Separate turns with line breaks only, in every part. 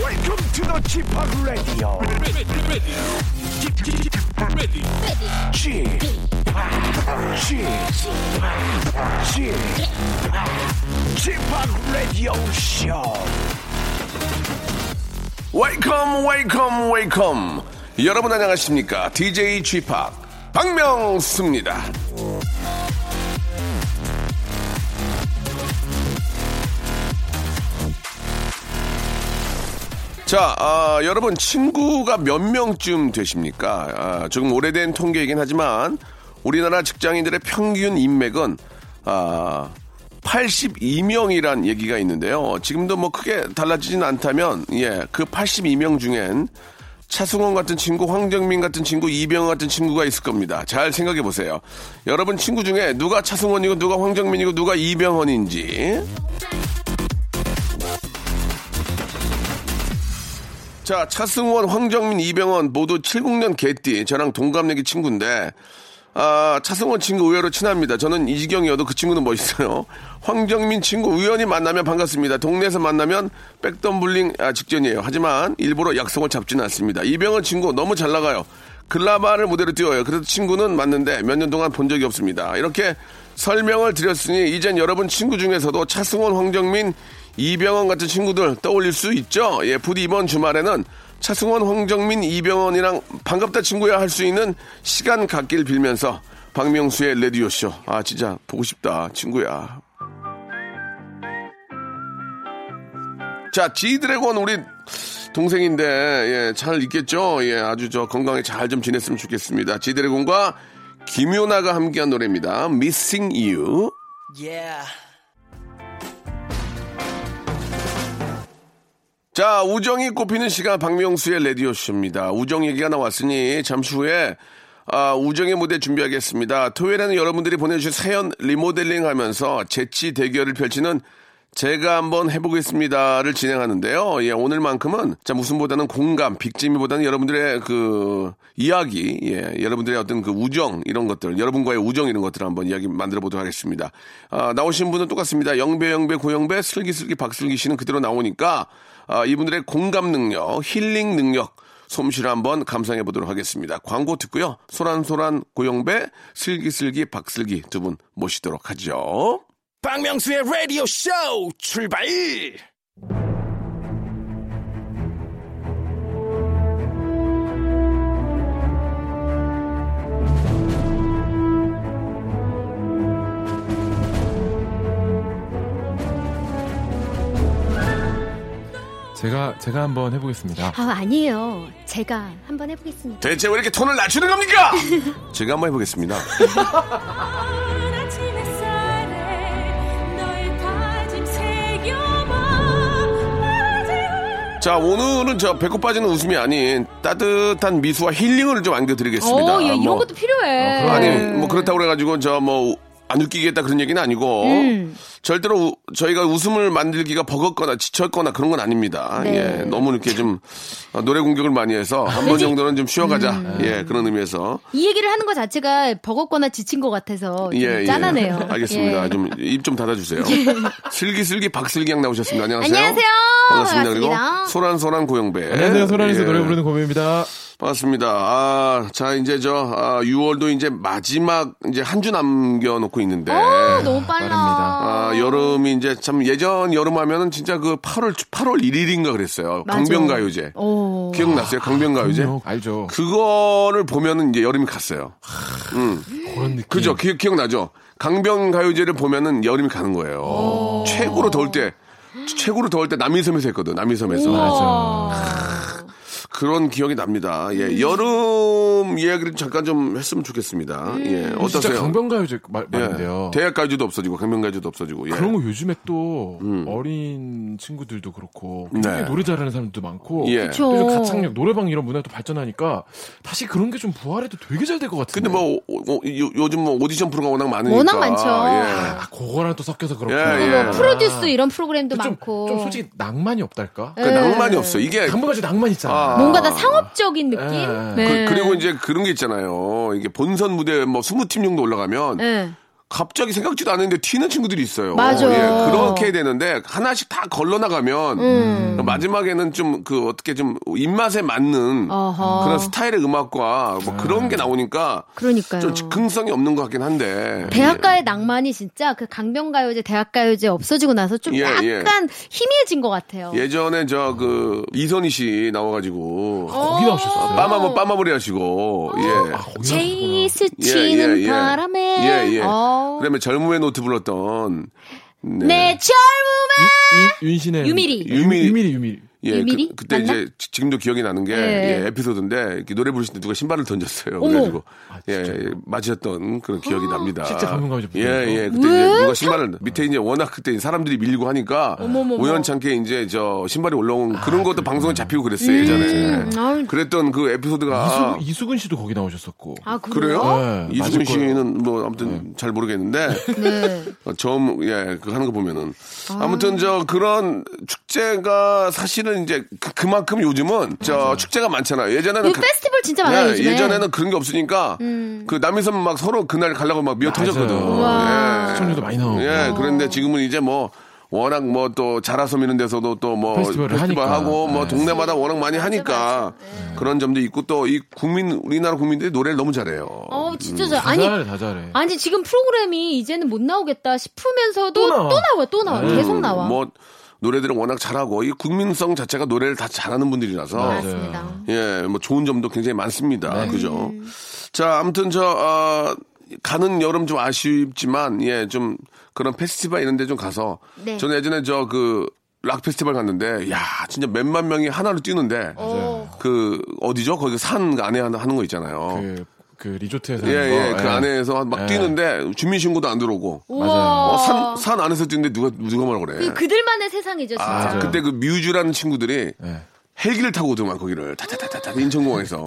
Welcome to the g p o p Radio.
ready, ready, ready,
g p o p G p o p Radio Show.
웨이컴 웨이컴 웨이컴 여러분 안녕하십니까 DJ g p o p 박명수입니다 자, 아, 여러분 친구가 몇 명쯤 되십니까? 아, 조금 오래된 통계이긴 하지만 우리나라 직장인들의 평균 인맥은 아, 82명이란 얘기가 있는데요. 지금도 뭐 크게 달라지진 않다면 예, 그 82명 중엔 차승원 같은 친구, 황정민 같은 친구, 이병헌 같은 친구가 있을 겁니다. 잘 생각해 보세요. 여러분 친구 중에 누가 차승원이고 누가 황정민이고 누가 이병헌인지 자, 차승원, 황정민, 이병헌 모두 70년 개띠. 저랑 동갑내기 친구인데, 아, 차승원 친구 의외로 친합니다. 저는 이지경이어도 그 친구는 멋있어요. 황정민 친구 우연히 만나면 반갑습니다. 동네에서 만나면 백덤블링 아, 직전이에요. 하지만 일부러 약속을 잡지는 않습니다. 이병헌 친구 너무 잘 나가요. 글라바를 무대로 띄워요. 그래서 친구는 맞는데 몇 년 동안 본 적이 없습니다. 이렇게 설명을 드렸으니 이젠 여러분 친구 중에서도 차승원, 황정민, 이병헌 같은 친구들 떠올릴 수 있죠. 예, 부디 이번 주말에는 차승원, 황정민, 이병헌이랑 반갑다 친구야 할 수 있는 시간 갖길 빌면서 박명수의 레디오 쇼. 아 진짜 보고 싶다 친구야. 자, 지드래곤 우리 동생인데 예, 잘 있겠죠? 예, 아주 저 건강에 잘 좀 지냈으면 좋겠습니다. 지드래곤과 김요나가 함께한 노래입니다. Missing You. 자, 우정이 꼽히는 시간 박명수의 라디오쇼입니다. 우정 얘기가 나왔으니 잠시 후에 아, 우정의 무대 준비하겠습니다. 토요일에는 여러분들이 보내주신 사연 리모델링 하면서 재치 대결을 펼치는 제가 한번 해보겠습니다를 진행하는데요. 예, 오늘만큼은 자 무슨보다는 공감, 빅짐이보다는 여러분들의 그 이야기, 예, 여러분들의 어떤 그 우정 이런 것들, 여러분과의 우정 이런 것들을 한번 이야기 만들어 보도록 하겠습니다. 아, 나오신 분은 똑같습니다. 영배, 영배, 고영배, 슬기슬기, 박슬기 씨는 그대로 나오니까 아, 이분들의 공감 능력, 힐링 능력. 솜씨를 한번 감상해 보도록 하겠습니다. 광고 듣고요. 소란소란 고영배, 슬기슬기 박슬기 두 분 모시도록 하죠.
박명수의 Radio Show 출발.
제가 제가 한번 해보겠습니다.
아 아니에요. 제가 한번 해보겠습니다.
대체 왜 이렇게 톤을 낮추는 겁니까? 제가 한번 해보겠습니다.
아침 햇살에 너의 다짐 새겨봐
자, 오늘은 저 배꼽 빠지는 웃음이 아닌 따뜻한 미소와 힐링을 좀 안겨드리겠습니다.
어, 야,
뭐,
이런 것도 네. 필요해.
아니, 뭐 그렇다고 그래가지고 저 뭐 안 웃기겠다 그런 얘기는 아니고
음.
절대로 우- 저희가 웃음을 만들기가 버겁거나 지쳤거나 그런 건 아닙니다.
네.
예, 너무 이렇게 좀 어, 노래 공격을 많이 해서 한 번 정도는 좀 쉬어가자.
음.
예, 그런 의미에서.
이 얘기를 하는 것 자체가 버겁거나 지친 것 같아서 좀
예, 예.
짠하네요.
알겠습니다.
예.
좀 입 좀 닫아주세요. 슬기슬기 박슬기양 나오셨습니다. 안녕하세요.
안녕하세요.
반갑습니다. 그리고
반갑습니다.
소란소란 고영배.
안녕하세요, 소란에서
예.
노래 부르는 고배입니다.
반갑습니다. 아, 자 이제 저 아, 6월도 이제 마지막 이제 한 주 남겨놓고 있는데.
어, 너무 빨라.
빠릅니다.
아, 여름이 이제 참 예전 여름 하면은 진짜 그 8월 8월 1일인가 그랬어요.
맞아.
강변가요제.
오.
기억나세요? 강변가요제.
아, 그럼요, 알죠.
그거를 보면은 이제 여름이 갔어요.
그런 느낌.
그죠? 기, 기억나죠? 강변 가요제를 보면은 여름이 가는 거예요. 최고로 더울 때, 최고로 더울 때 남이섬에서 했거든, 남이섬에서.
맞아.
그런 기억이 납니다.
음.
예, 여름 이야기를 잠깐 좀 했으면 좋겠습니다.
음.
예,
진짜
어떠세요?
강변가요제 말-
예,
말인데요.
대학 가요제도 없어지고, 강변 가요제도 없어지고, 예.
그런 거 요즘에 또 어린 친구들도 그렇고 굉장히
음. 네.
노래 잘하는 사람도 많고
예.
그쵸. 뭐
또 요즘 가창력, 노래방 이런 문화도 발전하니까 다시 그런 게 좀 부활해도 되게 잘 될 것 같은데.
근데 뭐, 오- 오- 요, 요즘 뭐 오디션 프로가 워낙 많으니까.
워낙 많죠.
예.
아, 그거랑 또 섞여서 그렇고. 아.
예, 예.
뭐 프로듀스 이런 프로그램도
좀,
많고.
좀 솔직히 낭만이 없달까?
그
예.
낭만이 없어. 이게.
당분간지 낭만 있잖아.
아,
뭔가 다 상업적인 느낌?
예.
네.
그, 리고 이제 그런 게 있잖아요. 이게 본선 무대 뭐 20팀 정도 올라가면
네.
갑자기 생각지도 않았는데 튀는 친구들이 있어요.
맞아.
예, 그렇게 해야 되는데 하나씩 다 걸러나가면
음.
마지막에는 좀 그 어떻게 좀 입맛에 맞는
어허.
그런 스타일의 음악과 뭐 그런 게 나오니까
그러니까요.
좀 즉흥성이 없는 것 같긴 한데.
대학가의 낭만이 진짜 그 강변가요제, 대학가요제 없어지고 나서 좀
예,
약간
예.
희미해진 것 같아요.
예. 전에 저 그 이선희 씨 나와가지고
거기 나오셨어요?
빠마무 빠마무리 하시고 예.
아,
제이 스치는
예예예.
어. 바람에
예, 예.
어.
그다음에 젊음의 노트 불렀던 네.
내 젊음에
유, 뭐, 윤신의
유미리.
유미리.
유미리 유미리.
예,
유미리?
그, 때
맞나?
이제 지- 지금도 기억이 나는 게
예.
예, 에피소드인데 이렇게 노래 부르실 때 누가 신발을 던졌어요.
어머. 아.
그래가지고 예, 맞으셨던 그런 기억이 납니다.
아, 실제 감동감이 좀
예, 예. 그때
왜?
이제 누가 신발을 밑에 이제 워낙 그때 사람들이 밀고 하니까 우연찮게 이제 저 신발이 올라온
아,
그런 것도 방송에 잡히고 그랬어요
음.
예전에.
아유.
그랬던 그 에피소드가
이수근, 이수근 씨도 거기 나오셨었고.
아
그래요?
그래요?
네,
이수근
맞을 거예요.
씨는 뭐 아무튼 잘 모르겠는데
네.
어, 처음 예그 하는 거 보면은 아무튼 저 그런 축제가 사실은 이제 그, 만큼 요즘은 저 축제가 많잖아요. 예전에는
요
그-
페스티벌 진짜 많아요.
예,
요즘에.
예전에는 그런 게 없으니까 그 남이섬 막 서로 그날 가려고 막 미어 터졌거든.
음. 우와.
예.
시청률도 어. 많이 나오고.
예, 그런데 지금은 이제 뭐 워낙 뭐 또 자라섬 이런 데서도 또 뭐
페스티벌을 하니까.
하고 뭐
네.
동네마다 워낙 많이 하니까 그런 점도 있고 또 이 국민 우리나라 국민들이 노래를 너무 잘해요.
어
음.
진짜 저
다
아니
잘해 다 잘해.
아니 지금 프로그램이 이제는 못 나오겠다 싶으면서도 또,
또 나와. 음.
나와요 또 나와 요 계속 나와
뭐 노래들은 워낙 잘하고 이 국민성 자체가 노래를 다 잘하는 분들이라서
맞습니다
예, 뭐 좋은 점도 굉장히 많습니다.
네.
그죠? 자, 아무튼 저 어, 가는 여름 좀 아쉽지만 예, 좀 그런 페스티벌 이런 데 좀 가서
네.
저는 예전에 저 그 락 페스티벌 갔는데 야, 진짜 몇만 명이 하나로 뛰는데
어,
그 어디죠? 거기 산그 안에 하나 하는 거 있잖아요.
그, 그 리조트에서
예,
하는 거.
뭐,
예, 그 안에서 막
예.
뛰는데 주민신고도 안 들어오고
우와
어, 산, 산 안에서 뛰는데 누가 누가 뭐라 그래?
그 그들만의 세상이죠 진짜
아,
맞아요.
그때 그 뮤즈라는 친구들이
예.
헬기를 타고 오더만 거기를 타타타타타 인천공항에서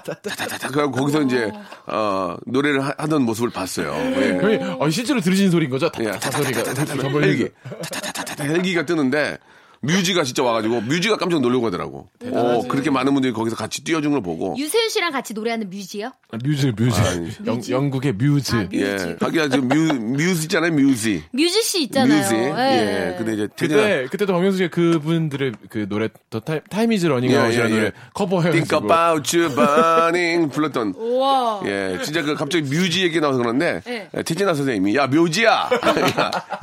타타타타 그래고 거기서 이제 어, 노래를 하- 하던 모습을 봤어요. 예.
형님, 아, 실제로 들으신 소리인 거죠? 다,
예,
다, 다 소리가.
타타타타타
전벌
헬기 타타타타타 헬기가 뜨는데 뮤즈가 진짜 와가지고 뮤즈가 깜짝 놀라고 하더라고. 어, 그렇게 많은 분들이 거기서 같이 뛰어준 걸 보고
유세윤 씨랑 같이 노래하는 뮤지요
아, 뮤즈, 뮤즈. 영, 영국의 뮤즈.
아, 뮤-
예,
뮤즈.
하기야 지금 뮤 뮤즈 있잖아요 뮤즈
뮤지 씨 있잖아요
뮤즈
예.
예, 근데 이제 태진아
그때 그때도 박명수 씨가 그분들의 그 노래 더 타임 타임이즈 러닝
예,
아웃이라는
예, 예.
노래
Think
커버해가지고
about you burning 불렀던
우와
예, 진짜 그 갑자기 뮤지 얘기 나와서 그런데
네.
예, 태진아 선생님이 야 묘지야,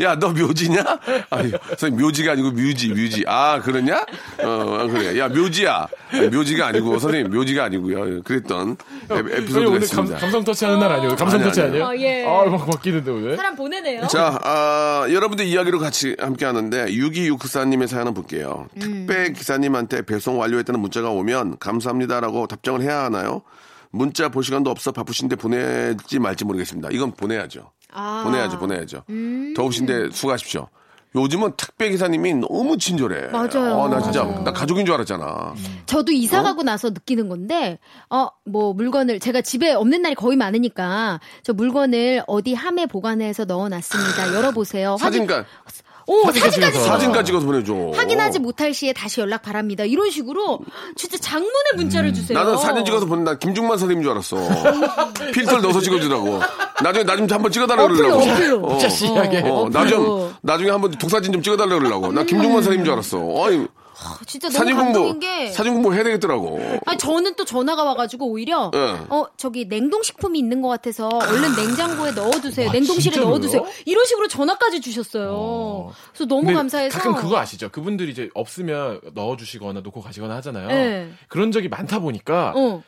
야 너 묘지냐? 아니 선생님 묘지가 아니고 뮤지 뮤지 아 그러냐? 어 아, 그래 야 묘지야 아니, 묘지가 아니고 선생님 묘지가 아니고요 예, 그랬던 에-
저희
에피소드가
오늘 감,
있습니다.
감성 터치하는 날 아니에요? 감성
아니,
터치
아니에요.
아니에요?
아, 예.
아막 바뀌는데 오늘.
사람 보내네요
자, 아, 여러분들 이야기로 같이 함께 하는데 6264님의 사연을 볼게요.
음.
택배 기사님한테 배송 완료했다는 문자가 오면 감사합니다라고 답장을 해야 하나요? 문자 볼 시간도 없어 바쁘신데 보내지 말지 모르겠습니다. 이건 보내야죠.
아. 음.
보내야죠, 보내야죠. 더우신데 수고하십시오. 요즘은 택배 기사님이 너무 친절해.
맞아요. 음.
어, 나 진짜 나 가족인 줄 알았잖아.
저도
어?
이사 가고 나서 느끼는 건데 어 뭐 물건을 제가 집에 없는 날이 거의 많으니까 저 물건을 어디 함에 보관해서 넣어놨습니다. 열어보세요. 확인-
아, 사진까
오
사진까지
사진까지
찍어서.
찍어서.
사진까지 찍어서 보내줘.
확인하지 못할 시에 다시 연락 바랍니다. 이런 식으로 진짜 장문의 문자를 주세요.
음, 나는 사진 찍어서 보낸다. 김중만 선생님인 줄 알았어. 필터를 넣어서 찍어주라고. 나중에 나 좀 한번 찍어달라
어플로,
그러려고.
어플로.
어,
진짜 시하게.
어, 나 좀, 나중에 한번 독사진 좀 찍어달라 그러려고. 나 김중만 선생님인 줄 알았어. 어이,
어, 진짜 너무
사진 공부,
감동인 게. 어,
사진 공부 해야 되겠더라고.
아니 저는 또 전화가 와가지고 오히려
예.
어 저기 냉동식품이 있는 것 같아서 얼른 냉장고에 넣어두세요.
와,
냉동실에
아, 진짜로요?
넣어두세요. 이런 식으로 전화까지 주셨어요. 그래서 너무
근데
감사해서
가끔 그거 아시죠? 그분들이 이제 없으면 넣어주시거나 놓고 가시거나 하잖아요.
네.
그런 적이 많다 보니까
어.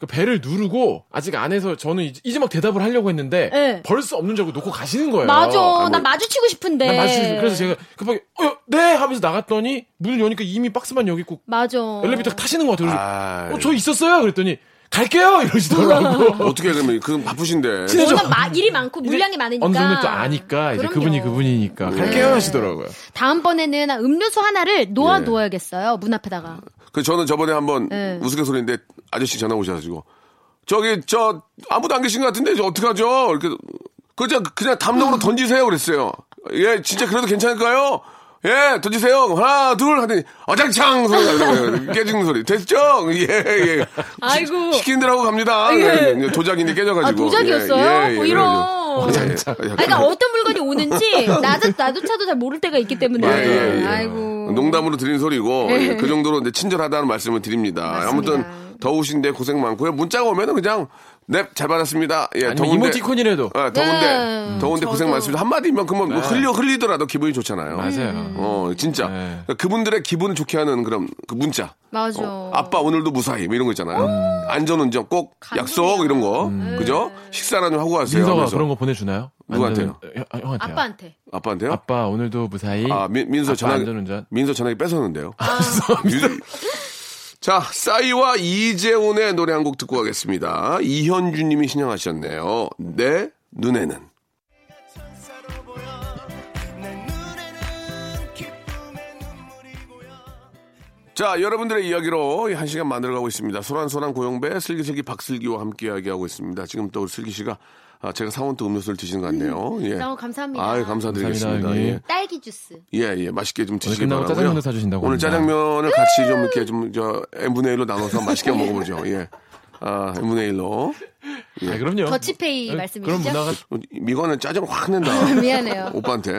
그 배를 누르고 아직 안에서 저는 이제, 이제 막 대답을 하려고 했는데
네.
벌써 없는 줄 알고 놓고 가시는 거예요.
맞아.
아,
나 네.
뭐-
마주치고 싶은데.
난 마시고 그래서 제가 급하게 어, 네 하면서 나갔더니 문을 여니까 이미 박스만 여기 있고
맞아.
엘리베이터 타시는 것 같아요. 그래서
아,
어, 저 있었어요. 그랬더니 갈게요 이러시더라고.
어떻게 그러면, 그건 바쁘신데.
워낙 마- 일이 많고 물량이 많으니까.
어느 정도 또 아니까 이제
그럼요.
그분이 그분이니까
네.
갈게요 하시더라고요.
다음번에는 음료수 하나를
예.
놓아 놓아야겠어요. 문 앞에다가.
그 저는 저번에 한번
네.
우스갯소리인데 아저씨 전화 오셔가지고 저기 저 아무도 안 계신 것 같은데 저 어떡하죠? 이렇게 그냥 그냥 담력으로 던지세요 그랬어요. 예, 진짜 그래도 괜찮을까요? 예, 던지세요. 하나, 둘 하더니 어장창 소리가 나더라고요. 깨지는 소리. 됐죠? 예, 예.
아이고.
시킨 대로 하고 예, 갑니다. 도자기인데 깨져가지고.
아, 도자기였어요? 뭐 이런.
화장창.
예,
아니, 그러니까 어떤 물건이 오는지 나도 나도 차도 잘 모를 때가 있기 때문에
예, 예, 예.
아이고 네.
농담으로 드린 소리고 예, 그 정도로 이제 친절하다는 말씀을 드립니다.
맞습니다.
아무튼 더우신데 고생 많고요. 문자가 오면은 그냥 네, 넵잘 받았습니다. 예,
아니면 이모티콘이라도. 네.
예, 더운데
네,
더운데 고생
저도.
많습니다. 한마디만큼은 뭐 흘려 흘리더라도 기분이 좋잖아요.
맞아요.
어 진짜
네.
그러니까 그분들의 기분을 좋게 하는 그런 그 문자.
맞아.
어, 아빠 오늘도 무사히 뭐 이런 거 있잖아요. 안전운전 꼭
음. 감동이야.
약속 이런 거
음.
그죠? 식사나 좀 하고 가세요.
민서가
하면서.
그런 거 보내주나요?
네. 누구한테요?
완전- 형- 형한테요.
빠한테
아빠한테요?
아빠 오늘도 무사히.
아, 민, 민서
아빠
전화기,
안전운전.
민서 전화기 뺏었는데요. 아. 민- 자, 싸이와 이재훈의 노래 한 곡 듣고 가겠습니다. 이현주 님이 신청하셨네요. 내 눈에는. 자, 여러분들의 이야기로 이한 시간 만들어가고 있습니다. 소란소란 고용배, 슬기슬기 박슬기와 함께 이야기하고 있습니다. 지금 또 슬기 씨가 아, 제가 사온 또 음료수를 드시는 것 같네요. 예.
너무 감사합니다.
아유, 감사드리겠습니다.
감사합니다, 형님.
예.
딸기 주스.
예, 예, 맛있게 좀 드시기
끝나고
바라고요.
짜장면도 사주신다고
오늘
합니다.
짜장면을 같이 좀 이렇게 좀 저 n분의 1로 나눠서 맛있게 먹어보죠. 예, 아 n분의 1로 예.
아, 그럼요.
더치페이
어,
말씀이시죠?
그런 문화가
미건은 짜장 확 낸다.
미안해요.
오빠한테.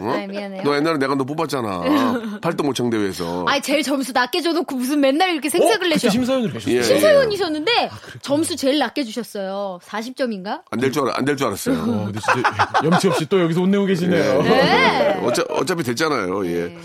어?
아, 미안해요.
너 옛날에 내가 너 뽑았잖아. 팔도 모창 대회에서.
아니 제일 점수 낮게 줘놓고 무슨 맨날 이렇게 생색을 내셔.
어, 그때 심사위원으로 계셨어요.
예,
심사위원이셨는데 점수 제일 낮게 주셨어요. 40점인가?
안될 줄 안 될 줄 알았어요.
어, 근데 진짜 염치 없이 또 여기서 혼내고 계시네요.
네.
어차, 어차피 됐잖아요. 예.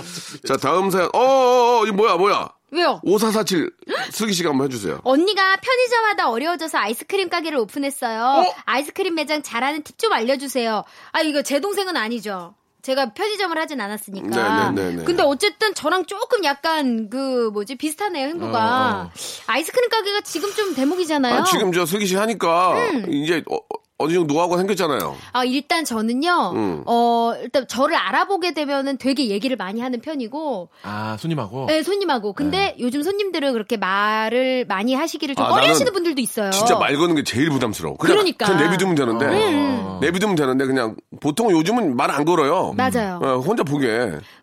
자 다음 사연. 어어어 이 뭐야 뭐야.
왜요?
5447 슬기 씨가 한번 해주세요.
어, 언니가 편의점마다 어려워져서 아이스크림 가게를 오픈했어요. 아이스크림 매장 잘하는 팁 좀 알려주세요. 아 이거 제 동생은 아니죠. 제가 편의점을 하진 않았으니까.
네, 네, 네, 네.
근데 어쨌든 저랑 조금 약간 그 뭐지 비슷하네요 행보가.
어, 어.
아이스크림 가게가 지금 좀 대목이잖아요. 음.
아, 지금 저 슬기 씨 하니까 이제 어, 어느 정도 노하우가 생겼잖아요.
아, 일단 저는요,
음.
어, 일단 저를 알아보게 되면은 되게 얘기를 많이 하는 편이고,
아, 손님하고.
네, 손님하고. 근데 요즘 손님들은 그렇게 말을 많이 하시기를 좀
아,
꺼려
나는
하시는 분들도 있어요.
진짜 말 거는 게 제일 부담스러워. 그냥
그러니까.
전 내비두면 되는데.
음.
내비두면 되는데 그냥 보통 요즘은 말 안 걸어요.
맞아요.
어, 혼자 보게.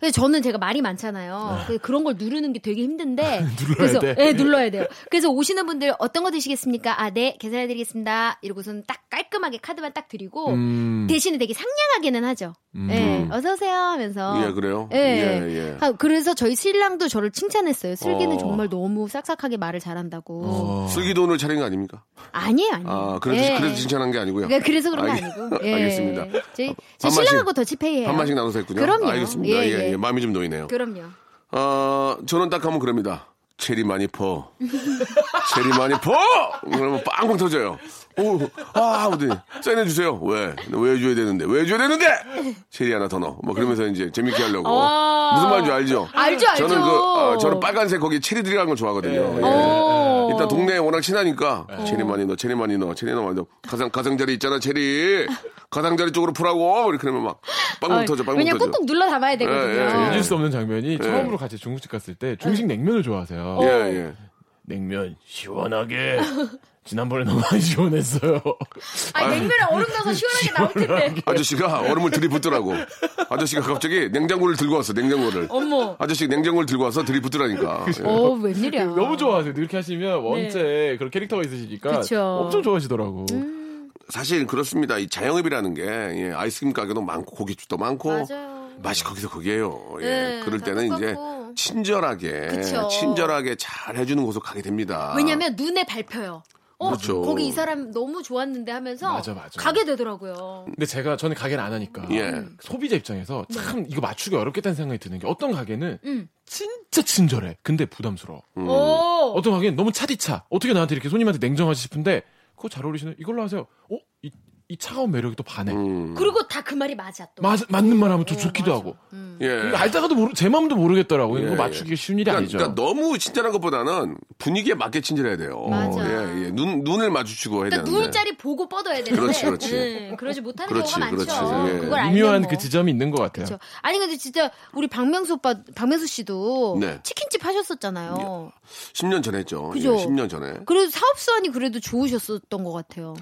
그래서 저는 제가 말이 많잖아요. 그래서 그런 걸 누르는 게 되게 힘든데.
눌러야
그래서,
돼.
네, 눌러야 돼요. 그래서 오시는 분들 어떤 거 드시겠습니까? 아, 네, 계산해드리겠습니다. 이러고선 딱 깔끔하게 카드만 딱 드리고,
음.
대신에 되게 상냥하게는 하죠. 네, 어서오세요 하면서.
음. 예, 그래요?
예.
예, 예.
아, 그래서 저희 신랑도 저를 칭찬했어요. 슬기는
어.
정말 너무 싹싹하게 말을 잘한다고.
어.
슬기 돈을 차린 거 아닙니까?
아니에요, 아니에요.
아, 그래서,
예.
그래서 칭찬한 게 아니고요.
그러니까 그래서 그런 거
알겠-
아니고. 예.
알겠습니다.
저희,
반반씩-
저희 신랑하고 더치페이예요.
반반씩 나눠서 했군요.
그럼요.
알겠습니다. 예,
예,
예.
예.
마음이 좀 놓이네요.
그럼요.
어, 저는 딱 하면 그럽니다. 체리 많이 퍼. 체리 많이 퍼! 그러면 빵빵 터져요. 오, 아, 어디, 사인해주세요. 왜? 왜 줘야 되는데? 왜 줘야 되는데? 체리 하나 더 넣어. 뭐, 그러면서 이제 재밌게 하려고.
아.
무슨 말인지 알죠?
알죠, 알죠.
저는 그, 어, 저는 빨간색 거기 체리 들어간 거 좋아하거든요. 예.
오.
일단 동네에 워낙 친하니까
예.
체리 많이 넣어, 체리 많이 넣어, 체리 많이 넣어. 가상, 가상자리 있잖아, 체리. 가상자리 쪽으로 풀라고. 뭐 이렇게 그러면 막 빵빵
아,
터져, 빵빵
왜냐면
터져.
꾹꾹 눌러 담아야 되거든요.
예, 예,
잊을 수 없는 장면이 처음으로 같이 중국집 갔을 때 중식
네.
냉면을 좋아하세요.
예, 예.
냉면 시원하게. 지난번에 너무 많이 시원했어요.
아, 냉면에 얼음 넣어서 시원하게 나올 텐데.
아저씨가 얼음을 들이붓더라고. 아저씨가 갑자기 냉장고를 들고 왔어, 냉장고를.
어머.
아저씨 냉장고를 들고 와서 들이붓더라니까. 예.
어, 웬일이야.
너무 좋아하세요. 이렇게 하시면 원체 그런 캐릭터가 있으시니까
네. 그쵸. 음,
엄청 좋아하시더라고.
사실 그렇습니다. 이 자영업이라는 게 예, 아이스크림 가게도 많고 고깃집도 많고
맞아요.
맛이 거기서 거기에요. 예,
네,
그럴
다
때는 이제
똑같고.
친절하게
그쵸.
친절하게 잘 해주는 곳으로 가게 됩니다.
왜냐면 눈에 밟혀요. 어,
아. 그렇죠.
거기 이 사람 너무 좋았는데 하면서
맞아, 맞아.
가게 되더라고요.
근데 제가 저는 가게를 안 하니까
예.
소비자 입장에서
네.
참 이거 맞추기 어렵겠다는 생각이 드는 게 어떤 가게는
음.
진짜 친절해. 근데 부담스러워.
음.
오.
어떤 가게는 너무 차디차. 어떻게 나한테 이렇게 손님한테 냉정하지 싶은데 그거 잘 어울리시네. 이걸로 하세요. 어? 이, 이 차가운 매력이 또 반해.
음,
그리고 다 그 말이 맞아 또.
맞, 맞는 말 하면 또
어,
좋기도
맞아.
하고.
예.
이거 알다가도 모르, 제 마음도 모르겠더라고요.
예,
이거 맞추기 쉬운 일이
그러니까,
아니죠.
그러니까 너무 친절한 것보다는 분위기에 맞게 친절해야 돼요.
맞아.
예, 예. 눈, 눈을 마주치고 해야
그러니까
되는데.
눈자리 보고 뻗어야 되는데
네, 그렇지, 그렇지.
예, 그러지 못하는
그렇지,
경우가
그렇지.
많죠.
예.
그걸 알면
미묘한
뭐.
그 지점이 있는 것 같아요.
그렇죠. 아니 근데 진짜 우리 박명수 오빠, 박명수 씨도
네.
치킨집 하셨었잖아요.
10년 전에 했죠.
그죠.
예, 10년 전에.
그래도 사업 수완이 그래도 좋으셨었던 것 같아요.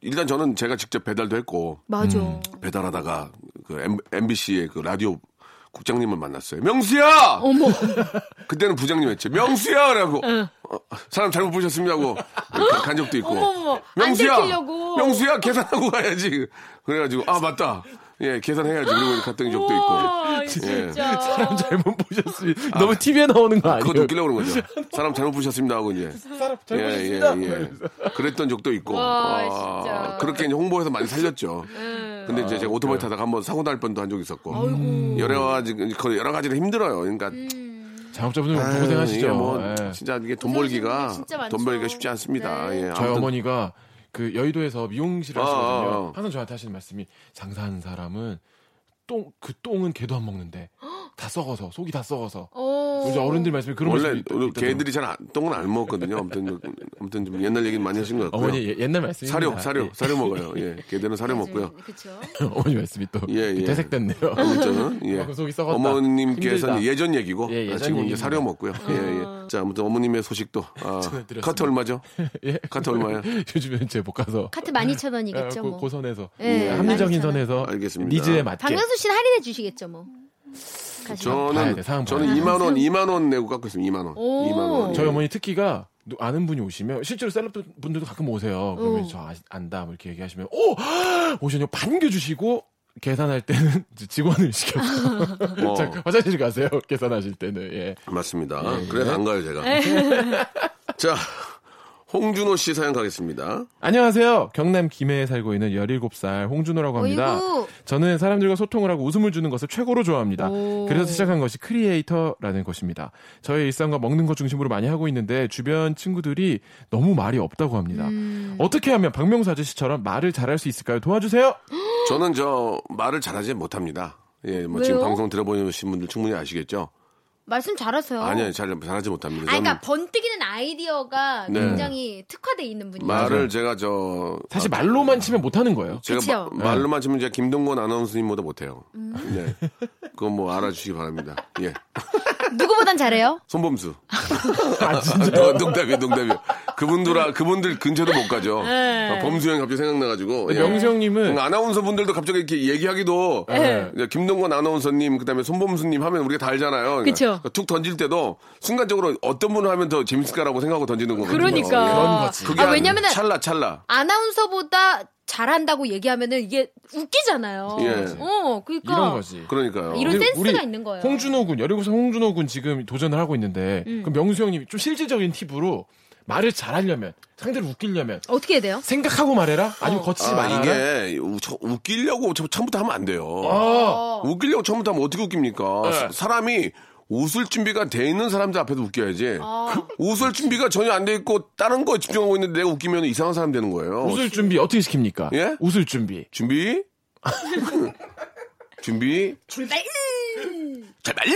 일단 저는 제가 직접 배달도 했고
맞아.
음. 배달하다가 그 MBC의 그 라디오 국장님을 만났어요. 명수야!
어머.
네. 그때는 부장님이었지. 명수야라고. 어, 사람 잘못 보셨습니다고 간 적도 있고.
어머머, 안
명수야,
들키려고.
명수야 계산하고 가야지. 그래가지고 아 맞다. 예 계산해야지. 그리고 갔던 적도 있고. 예.
우와, 진짜.
사람 잘못 보셨으니 너무 TV에 나오는 거
아, 그거
아니에요?
웃기려고 그런 거죠. 사람 잘못 보셨습니다 하고 이제.
사람 잘못
예,
보셨습니다.
예, 예. 그랬던 적도 있고.
와,
아,
진짜.
그렇게 이제 홍보해서 많이 살렸죠.
음.
근데 이제 제가
네.
오토바이 타다가 한번 사고 날 뻔도 한 적 있었고. 여러 가지, 그 여러 가지로 힘들어요. 그러니까.
음.
자영업자분들
아유,
너무
이게
고생하시죠.
뭐,
예.
진짜 이게 돈
고생하시는
벌기가,
분들 진짜 많죠.
돈 벌기가 쉽지 않습니다.
네.
예,
저희
아무튼
어머니가 그 여의도에서 미용실을
어,
하시거든요.
어, 어.
항상 저한테 하시는 말씀이 장사하는 사람은 똥 그 똥은 개도 안 먹는데 다 썩어서 속이 다 썩어서
어.
요즘 어른들 말씀이 그런
원래
말씀이 있- 있다더라고요.
개들이 잘 안- 똥은 안 먹거든요. 아무튼, 그, 아무튼 좀 옛날 얘기는 많이 하신 것 같고요.
어머니 예- 옛날 말씀이
사료, 사료, 사료 먹어요. 예, 개들은 사료 먹고요.
그렇죠.
어머니 말씀이 또
예, 예.
퇴색됐네요.
저는 예.
아, 그만큼 속이 썩었다.
어머님께서는
힘들다.
예전 얘기고
예, 예전
아, 지금 이제
얘기입니다.
사료 먹고요. 예, 예. 자, 아무튼 어머님의 소식도 아,
전해드렸습니다.
카트 얼마죠?
예.
카트 얼마예요?
요즘엔 제 못 가서 아,
카트 12,000원이겠죠,
네,
뭐.
그 고, 선에서
예,
합리적인
12,000원.
선에서
알겠습니다.
니즈에 맞게
박명수 씨는 할인해 주시겠죠, 뭐. 가시죠.
봐야
저는
돼, 상황
저는
봐야 돼.
2만 원, 2만 원 내고 깎고 있습니다. 2만 원.
오.
2만 원.
저희 어머니 특기가 누- 아는 분이 오시면 실제로 셀럽 분들도 가끔 오세요. 그러면
어.
저 아- 안다 뭐 이렇게 얘기하시면 오 오시면 반겨주시고 계산할 때는 이제 직원을 시켜서
어,
자, 화장실 가세요 계산하실 때는 예.
맞습니다. 그래서 안 가요, 제가.
네.
자, 홍준호 씨 사연 가겠습니다.
안녕하세요 경남 김해에 살고 있는 17살 홍준호라고 합니다.
어이구.
저는 사람들과 소통을 하고 웃음을 주는 것을 최고로 좋아합니다.
오.
그래서 시작한 것이 크리에이터라는 것입니다. 저의 일상과 먹는 것 중심으로 많이 하고 있는데 주변 친구들이 너무 말이 없다고 합니다.
음.
어떻게 하면 박명수 아저씨처럼 말을 잘할 수 있을까요? 도와주세요.
저는 저 말을 잘하지 못합니다. 예, 뭐 지금
왜요?
방송 들어보신 분들 충분히 아시겠죠?
말씀 잘하세요.
아니요, 잘 잘하지 못합니다.
어. 아, 그러니까
저는
번뜩이는 아이디어가
네.
굉장히 특화돼 있는 분이에요.
말을 제가 저
사실 말로만
네.
치면 못하는 거예요.
제가
그치요? 음.
마- 말로만 치면 제가 김동건 아나운서님보다 못해요. 네. 그건 뭐 알아주시기 바랍니다. 예.
누구보단 잘해요?
손범수. 그
아 진짜.
농- 농담이에요, 농담이에요. 그분들아, 그분들 근처도 못 가죠.
네.
아, 범수 형이 갑자기 생각나가지고. 예.
명수 형님은
응, 아나운서 분들도 갑자기 이렇게 얘기하기도
네.
이제 김동건 아나운서님 그다음에 손범수님 하면 우리가 다 알잖아요.
그쵸.
그러니까 툭 던질 때도 순간적으로 어떤 분을 하면 더 재밌을까라고 생각하고 던지는 거거든요.
그러니까.
그런 거지.
그게
아,
아니고
왜냐면은
찰나 찰나.
아나운서보다 잘한다고 얘기하면은 이게 웃기잖아요.
예.
어, 그러니까
이런 거지.
그러니까요.
이런
근데
센스가 있는 거예요.
홍준호 군, 17살 홍준호 군 지금 도전을 하고 있는데,
음.
그럼 명수 형님이 좀 실질적인 팁으로 말을 잘하려면, 상대를 웃기려면,
어떻게 해야 돼요?
생각하고 말해라? 아니면 거치지
아,
말아라?
이게 우- 처- 웃기려고 처- 처음부터 하면 안 돼요.
어,
어.
웃기려고 처음부터 하면 어떻게 웃깁니까?
네.
사- 사람이 웃을 준비가 돼 있는 사람들 앞에서 웃겨야지.
아.
웃을 준비가 전혀 안 돼 있고 다른 거에 집중하고 있는데 내가 웃기면 이상한 사람 되는 거예요.
웃을 준비 어떻게 시킵니까?
예?
웃을 준비.
준비? 준비?
출발!
제발!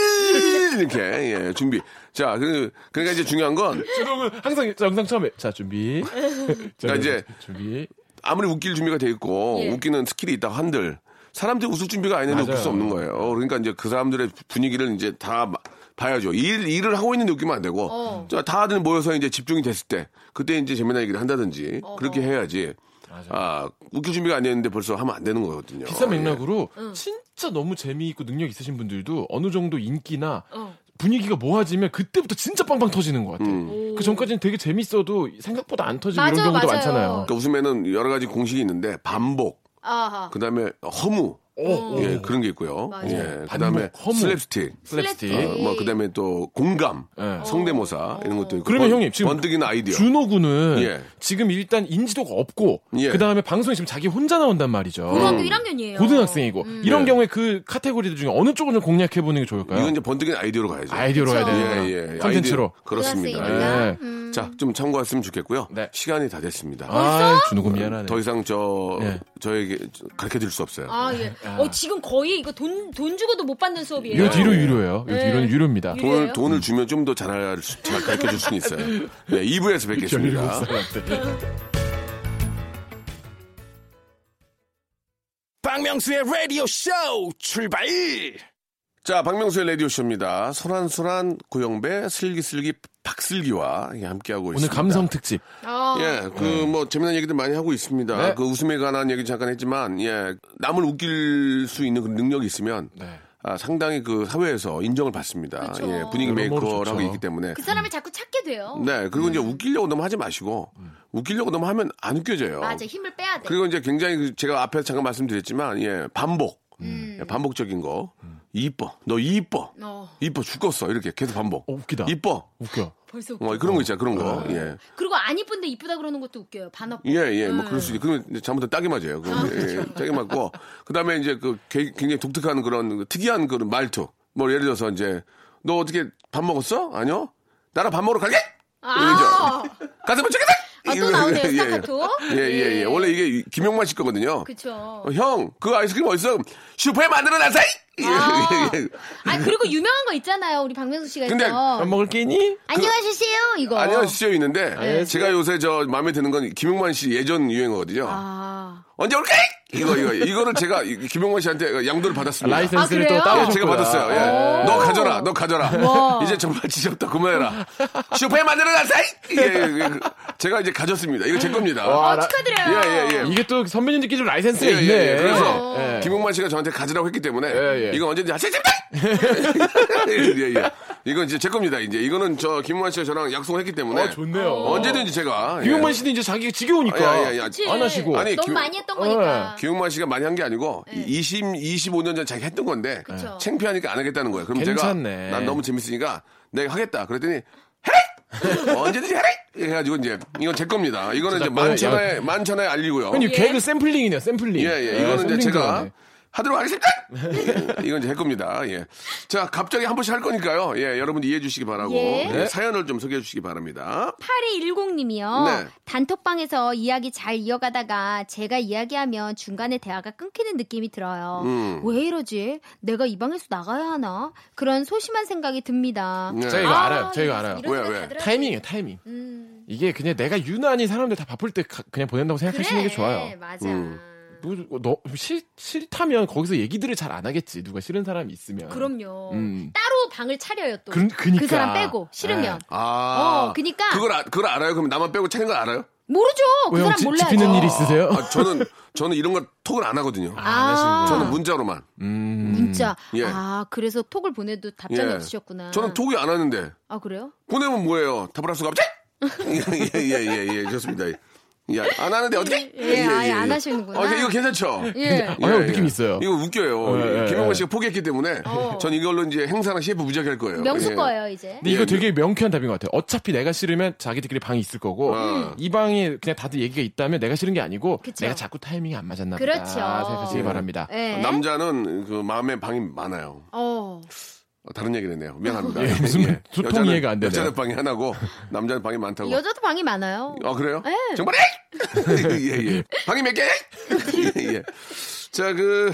이렇게, 예, 준비. 자, 그, 그러니까 이제 중요한 건,
준호는 항상 영상 처음에, 자, 준비. 자,
이제
준비.
아무리 웃길 준비가 돼 있고,
예.
웃기는 스킬이 있다고 한들, 사람들이 웃을 준비가 아닌데
맞아요.
웃길 수 없는 거예요. 그러니까 이제 그 사람들의 분위기를 이제 다 마- 봐야죠. 일, 일을 하고 있는데 웃기면 안 되고,
어.
자, 다들 모여서 이제 집중이 됐을 때, 그때 이제 재미난 얘기를 한다든지, 그렇게 해야지.
맞아요.
아, 웃길 준비가 안 됐는데 벌써 하면 안 되는 거거든요.
비싼
예.
맥락으로
어.
진짜 너무 재미있고 능력 있으신 분들도 어느 정도 인기나
어.
분위기가 모아지면 그때부터 진짜 빵빵 터지는 것 같아요.
음.
그 전까지는 되게 재밌어도 생각보다 안 터지는
맞아,
이런 경우도
맞아요.
많잖아요.
그러니까 웃음에는 여러 가지 공식이 있는데, 반복,
아하.
그 다음에 허무,
오,
예, 그런 게 있고요.
어. 맞아요. 예.
예,
반복,
그다음에
허무.
슬랩스틱.
슬랩스틱.
어, 뭐 그다음에 또 공감,
예.
성대모사 이런 것도 있고.
그러면 형님, 지금
번뜩이는 아이디어.
준호 군은
예.
지금 일단 인지도가 없고
예.
그 다음에 방송에 지금 자기 혼자 나온단 말이죠.
고등학교 1학년이에요.
어.
음.
고등학생이고 이런
예.
경우에 그 카테고리들 중에 어느 쪽을 좀 공략해 보는 게 좋을까요?
이건 이제 번뜩이는 아이디어로 가야죠.
네. 아이디어로 해야
그쵸.
되는
예, 예.
컨텐츠로.
아이디어. 그렇습니다.
고등학생이니까.
예.
음.
자, 좀 참고했으면 좋겠고요.
네.
시간이 다 됐습니다.
아, 준호 군 미안하네.
더 이상 저
예.
저에게 가르쳐 드릴 수 없어요.
아, 예. 어, 지금 거의 이거 돈, 돈 주고도 못 받는 수업이에요.
이거 뒤로 유료예요.
네.
이거
예.
뒤로는 유료입니다.
유료.
돈을
그래요?
돈을 주면 좀 더 잘할 수, 잘 가르쳐 줄 수는 있어요. 네, 2부에서 뵙겠습니다. 네,
17살한테.
박명수의 라디오 쇼 출발!
자, 박명수의 라디오쇼입니다. 소란소란 고영배, 슬기슬기 박슬기와 함께하고
오늘
있습니다.
감성 특집.
아,
예, 그 뭐 재미난 얘기들 많이 하고 있습니다.
네.
그 웃음에 관한 얘기 잠깐 했지만, 예, 남을 웃길 수 있는 그 능력이 있으면,
네.
아, 상당히 그 사회에서 인정을 받습니다.
그쵸.
예, 분위기
여러모로 좋죠. 음.
메이커라고 있기 때문에.
그렇죠. 그 사람을 자꾸 찾게 돼요.
네, 그리고 이제 웃기려고 너무 하지 마시고 웃기려고 너무 하면 안 웃겨져요.
맞아, 힘을 빼야 돼.
그리고 이제 굉장히 그 제가 앞에서 잠깐 말씀드렸지만 예, 반복.
음.
예, 반복적인 거.
음.
이뻐. 너 이뻐.
어.
이뻐 죽겠어. 이렇게 계속 반복.
어, 웃기다.
이뻐.
웃겨.
벌써 웃겨.
어, 그런 거 있잖아. 그런 거. 예.
그리고 안 이쁜데 이쁘다 그러는 것도 웃겨요. 반업.
예, 예,
음.
뭐 그럴 수 있지. 그러면 이제 잘못하면 딱이 맞아요. 그 예,
그렇죠.
예, 딱이 맞고. 그 다음에 이제 그 개- 굉장히 독특한 그런 그 특이한 그런 말투. 뭐 예를 들어서 이제 너 어떻게 밥 먹었어? 아니요? 나랑 밥 먹으러 갈게?
아,
가서 뭐 저기다!
아, 또 나오네요, 스타카토.
예, 예, 예. 원래 이게 김용만 씨 거거든요.
그쵸.
어, 형, 그 아이스크림 어딨어? 슈퍼에 만들어 놨어! 예,
아.
예, 예.
아, 그리고 유명한 거 있잖아요. 우리 박명수 씨가
근데 그
밥
했던.
먹을 끼니?
안녕하세요, 이거. 예.
아니요, 시절 있는데, 제가 요새 저 마음에 드는 건 김용만 씨 예전 유행어거든요.
아,
언제 올까? 이거, 이거, 이거를 제가 이- 김용만 씨한테 양도를 받았습니다.
아,
라이센스를
그래요?
또 따오셨구나.
예, 제가 받았어요. 예. 너 가져라, 너 가져라.
와.
이제 정말 지겹다, 그만해라. 슈퍼에 만들어놨어! 예, 예, 예. 제가 이제 가졌습니다. 이거 제 겁니다.
어,
와, 라-
축하드려요.
예, 예, 예.
이게 또 선배님들끼리 좀 라이센스가
예, 예,
있네.
예. 그래서
어.
예.
김용만 씨가 저한테 가지라고 했기 때문에
예, 예.
이건 언제든지 아, 재밌다! 예, 예. 이건 이제 제 겁니다. 이제 이거는 저 김용만 씨가 저랑 약속을 했기 때문에
어, 좋네요.
언제든지 제가 예.
유용만 씨도 이제 자기가 지겨우니까
예, 예, 예.
그치.
안 하시고 어.
아니,
너무
김-
많이 했던 거니까.
기용만 씨가 많이 한 게 아니고 20, 25년 전 자기 했던 건데
네. 그쵸.
창피하니까 안 하겠다는 거예요. 그럼
네. 괜찮네.
제가 난 너무 재밌으니까 내가 하겠다. 그랬더니 헤이! 언제든지 헤이! 해가지고 이제 이건 제 겁니다. 이거는 이제
저작권을
만천하에 만천하에 알리고요.
아니
예.
개그 샘플링이네요 샘플링
예, 예. 이거는 이제
샘플링
제가
들어가네.
하도록 하겠습니다. 예, 이건 이제 할 겁니다. 예. 자, 갑자기 한 번씩 할 거니까요. 예, 여러분 이해해 주시기 바라고
예.
네.
예, 사연을 좀 소개해 주시기 바랍니다.
8210님이요.
네.
단톡방에서 이야기 잘 이어가다가 제가 이야기하면 중간에 대화가 끊기는 느낌이 들어요.
음.
왜 이러지? 내가 이 방에서 나가야 하나? 그런 소심한 생각이 듭니다.
네.
저희가 알아요 저희가 알아요
이런
왜,
생각
왜?
다들 하죠.
타이밍이에요 타이밍
음,
이게 그냥 내가 유난히 사람들 다 바쁠 때 가- 그냥 보낸다고 생각하시는
그래.
게 좋아요
맞아.
음.
뭐, 너 싫, 싫다면 거기서 얘기들을 잘 안 하겠지 누가 싫은 사람이 있으면
그럼요.
음.
따로 방을 차려요 또.
그- 그니까.
그 사람 빼고 싫으면
네.
아.
어, 그니까.
그걸, 아- 그걸 알아요? 그럼 나만 빼고 차린 걸 알아요?
모르죠. 그
왜요
사람
어, 지-
몰라요.
지피는 일 있으세요?
아, 저는 저는 이런 걸 톡을 안 하거든요.
아,
저는 문자로만.
음.
문자.
예.
아 그래서 톡을 보내도 답장
예.
없으셨구나.
저는 톡이 안 하는데
아 그래요?
보내면 뭐예요? 답을 할 수가 없지? 예예예예 좋습니다. 예, 안 하는데 어떻게?
예, 아예 안 하시는구나.
어, 이거 괜찮죠?
예.
아, 느낌 있어요.
이거 웃겨요.
예, 예,
김영건
예.
씨가 포기했기 때문에
어.
전 이걸로 이제 행사나 CF 무지하게 할 거예요.
명수
예.
거예요 이제.
근데
예,
이거 되게 명쾌한 답인 것 같아요. 어차피 내가 싫으면 자기들끼리 방이 있을 거고
아.
이 방에 그냥 다들 얘기가 있다면 내가 싫은 게 아니고
음. 그쵸.
내가 자꾸 타이밍이 안 맞았나 보다
그렇죠.
생각하시기 바랍니다.
예.
아, 남자는 그 마음의 방이 많아요.
어.
어, 다른 얘기를 했네요. 미안합니다.
예, 무슨
예.
소통
여자는-
이해가 안 되네요.
여자는 방이 하나고 남자는 방이 많다고.
여자도 방이 많아요.
아 그래요?
네.
정말? 예예. 방이 몇 개? 예. 자그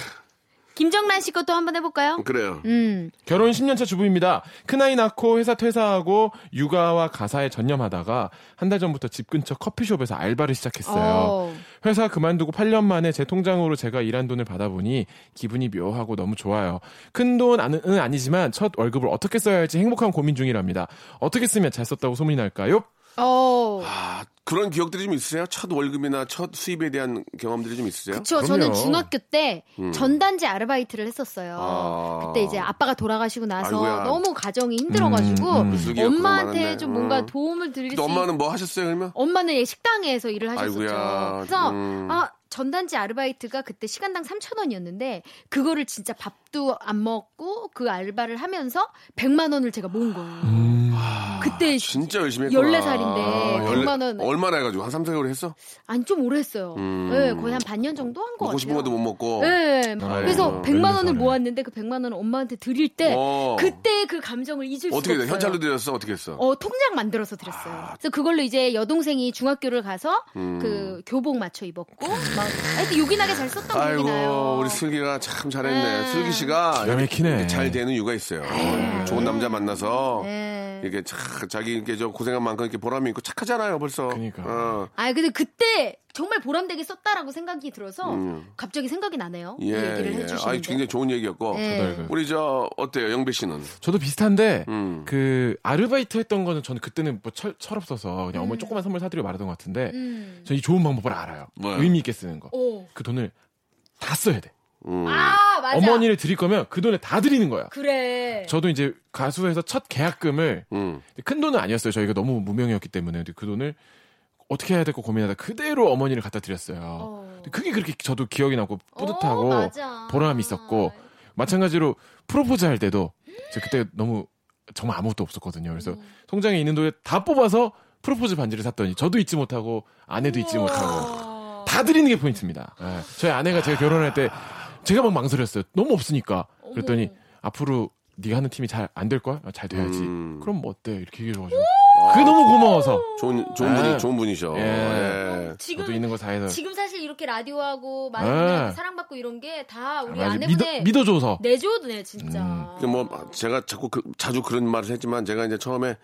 김정란 씨 것도 한번 해볼까요?
그래요.
음.
결혼 10년차 주부입니다. 큰아이 낳고 회사 퇴사하고 육아와 가사에 전념하다가 한 달 전부터 집 근처 커피숍에서 알바를 시작했어요.
어.
회사 그만두고 8년 만에 제 통장으로 제가 일한 돈을 받아보니 기분이 묘하고 너무 좋아요. 큰 돈은 아니지만 첫 월급을 어떻게 써야 할지 행복한 고민 중이랍니다. 어떻게 쓰면 잘 썼다고 소문이 날까요?
어.
아 그런 기억들이 좀 있으세요? 첫 월급이나 첫 수입에 대한 경험들이 좀 있으세요? 음.
그쵸.
그럼요.
저는 중학교 때 전단지 아르바이트를 했었어요.
아.
그때 이제 아빠가 돌아가시고 나서
아이고야.
너무 가정이 힘들어가지고
음, 음.
무슨 일이야,
엄마한테
그 그런
좀
말은
뭔가
음.
도움을 드릴 수
또 엄마는 뭐 하셨어요 그러면?
엄마는 예, 식당에서 일을 하셨었죠.
아이고야.
그래서
음.
아 전단지 아르바이트가 그때 시간당 3,000원이었는데 그거를 진짜 밥도 안 먹고 그 알바를 하면서 100만 원을 제가 모은 거예요.
음.
음.
아,
그때
진짜 열심히 했구나.
14살 인데
아,
100만 원.
얼마나 해가지고 한 3, 4개월 했어?
아니 좀 오래 했어요.
음.
예, 거의 한 반년 정도 한 거
뭐 먹고 싶은
같아요.
것도 못 먹고.
예. 그래서
아이고,
100만 원을
열네 살에.
모았는데 그 100만 원을 엄마한테 드릴 때
어.
네. 그때 그 감정을 잊을 수가
어떻게
없어요.
돼? 현찰로 아. 드렸어? 어떻게 했어?
어, 통장 만들어서 드렸어요. 그래서 그걸로 이제 여동생이 중학교를 가서
음.
그 교복 맞춰 입었고 막 하여튼 요긴하게 잘 썼던 기억이 나요.
아이고 우리 슬기가 참 잘했네.
네.
슬기 씨가
기가 막히네.
이렇게 잘 되는 이유가 있어요. 좋은 남자 만나서
네.
이렇게 차, 자기 이렇게 저 고생한 만큼 이렇게 보람이 있고 착하잖아요 벌써.
그러니까.
어.
아, 근데 그때 정말 보람되게 썼다라고 생각이 들어서 갑자기 생각이 나네요. 그
음. 예,
얘기를
예. 아,
해주시는데.
굉장히 어, 좋은 얘기였고.
예.
저도 알고.
우리 저 어때요, 영배 씨는?
저도 비슷한데
음.
그 아르바이트 했던 거는 저는 그때는 뭐 철, 철없어서 그냥 어머니 조그만 선물 사드리고 말하던 것 같은데
음.
저는 이 좋은 방법을 알아요.
뭐요?
의미 있게 쓰는 거.
오.
그 돈을 다 써야 돼.
음.
아 맞아.
어머니를 드릴 거면 그 돈에 다 드리는 거야.
그래.
저도 이제 가수에서 첫 계약금을
음.
큰 돈은 아니었어요. 저희가 너무 무명이었기 때문에 근데 그 돈을 어떻게 해야 될까 고민하다 그대로 어머니를 갖다 드렸어요.
어.
근데 그게 그렇게 저도 기억이 나고
어,
뿌듯하고
맞아. 음.
보람이 있었고 마찬가지로 프로포즈 할 때도 제가 그때 너무 정말 아무것도 없었거든요. 그래서
음.
통장에 있는 돈을 다 뽑아서 프로포즈 반지를 샀더니 저도 잊지 못하고 아내도 잊지 못하고
어.
다 드리는 게 포인트입니다. 예. 저희 아내가 제가 결혼할 때 제가 막 망설였어요. 너무 없으니까 그랬더니 앞으로 네가 하는 팀이 잘 안 될 거야? 아, 잘 돼야지.
음.
그럼 뭐 어때? 이렇게 얘기해 가지고 그게 너무 고마워서
좋은 좋은 분이
예.
좋은 분이셔.
예.
예.
저도
지금
있는 거 다 해서
지금 사실 이렇게 라디오하고 많은
네.
분들한테 사랑받고 이런 게 다 우리
아주
아내분의
믿어, 음. 줘서
내조네 진짜.
근데 뭐 제가 자꾸 그- 자주 그런 말을 했지만 제가 이제 처음에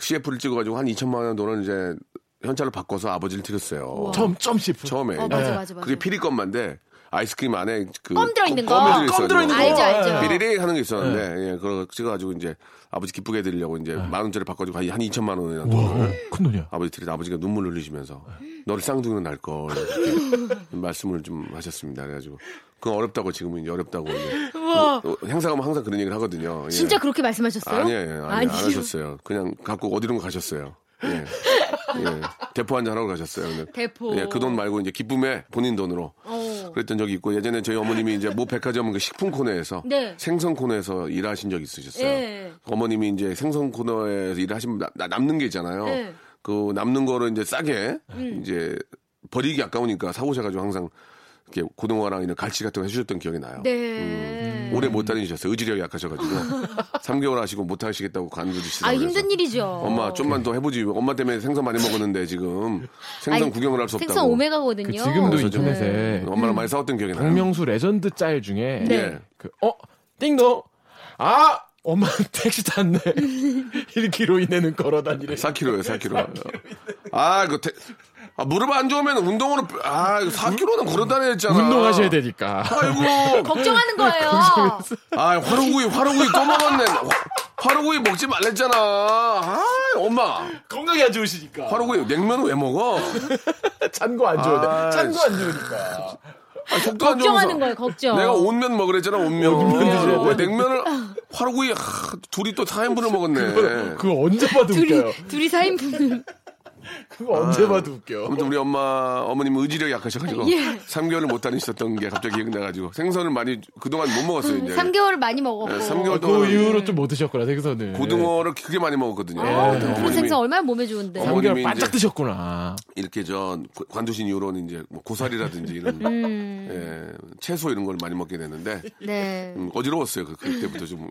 CF를 찍어가지고 한 2천만 원 돈을 이제 현찰로 바꿔서 아버지를 드렸어요.
점점 씹.
처음에.
어 맞아 맞아 맞아.
그게 피리껌만데 아이스크림 안에 그
껌 들어있는
껌-
거.
껌이 들어있어요.
껌 들어있는 거. 네.
알죠 알죠.
비리릭 하는 게 있었는데 예, 그걸 찍어가지고 이제 아버지 기쁘게 드리려고 이제 만 원짜리 바꿔주고 한, 한 2천만 원이나
와,
돈을
뭐, 네. 큰 돈이야.
아버지 드리다 아버지가 눈물 흘리시면서 너를 쌍둥이로 날걸 말씀을 좀 하셨습니다. 그래가지고 그건 어렵다고 지금은 이제 어렵다고 이제
우와.
어, 행사 가면 항상 그런 얘기를 하거든요. 예.
진짜 그렇게 말씀하셨어요?
아니에요. 아니에요. 안
아니요.
하셨어요. 그냥 갖고 어디론가 가셨어요. 예. 예. 대포 한잔 하러 가셨어요. 근데
대포.
예, 그 돈 말고 이제 기쁨에 본인 돈으로.
어.
그랬던 적이 있고 예전에 저희 어머님이 이제 모 백화점 그 식품 코너에서
네.
생선 코너에서 일하신 적이 있으셨어요.
예.
어머님이 이제 생선 코너에서 일하시면 나- 나- 남는 게 있잖아요.
예. 음.
그 남는 거를 이제 싸게 이제 버리기 아까우니까 사오셔가지고 항상 이렇게 고등어랑 이런 갈치 같은 거 해주셨던 기억이 나요.
네.
오래 못 다니셨어요. 의지력이 약하셔가지고 3개월 하시고 못 하시겠다고 관두시더라고요.
아
그래서
힘든 일이죠.
엄마 좀만 더 해보지. 엄마 때문에 생선 많이 먹었는데 지금 생선
아니,
구경을 할 수 없다고.
생선 오메가거든요. 네.
그 지금도
그래서 좀-
인터넷에
네, 엄마랑 많이 싸웠던 기억이 나요.
박명수 레전드 짤 중에
네.
그어 띵동 아 엄마 택시 탔네 1km 이내는 걸어다니래
4kg요, 4kg. 아, 그 대, 아, 무릎 안 좋으면 운동으로 빼- 아, 4kg는 걸어 다녔잖아.
운동하셔야 되니까
아이고.
걱정하는 거예요.
아, 화로구이, 화로구이 또 먹었네. 화, 화로구이 먹지 말랬잖아. 아, 엄마.
건강이 안 좋으시니까
화로구이 냉면 왜 먹어? 아,
찬 거 안
좋아해. 찬
찬거 안 좋으니까
아, 속도 안 좋아서.
걱정하는 거예요. 걱정.
내가 온면 먹으랬잖아, 온면.
온면
왜 냉면을 아, 화로구이 하, 둘이 또 4인분을 먹었네.
그거 언제 봐도 웃겨요
둘이 둘이 사인분.
그거 언제 봐도 웃겨
아무튼 우리 엄마 어머님 의지력이 약하셔가지고
예.
3개월을 못 다니셨던 게 갑자기 기억나가지고 생선을 많이 그동안 못 먹었어요 이제
3개월 많이 먹었고.
네, 3개월
그
동안
이후로 좀 못 드셨구나 생선을 네.
고등어를 그게 많이 먹었거든요. 그때
그
네, 어머님이
생선 얼마나 몸에 좋은데.
어머- 어머님이
3개월
이제-
반짝 드셨구나
이렇게 전 관두신 이후로는 이제 뭐 고사리라든지 이런
음.
예, 채소 이런 걸 많이 먹게 됐는데
네.
음, 어지러웠어요. 그, 그때부터 좀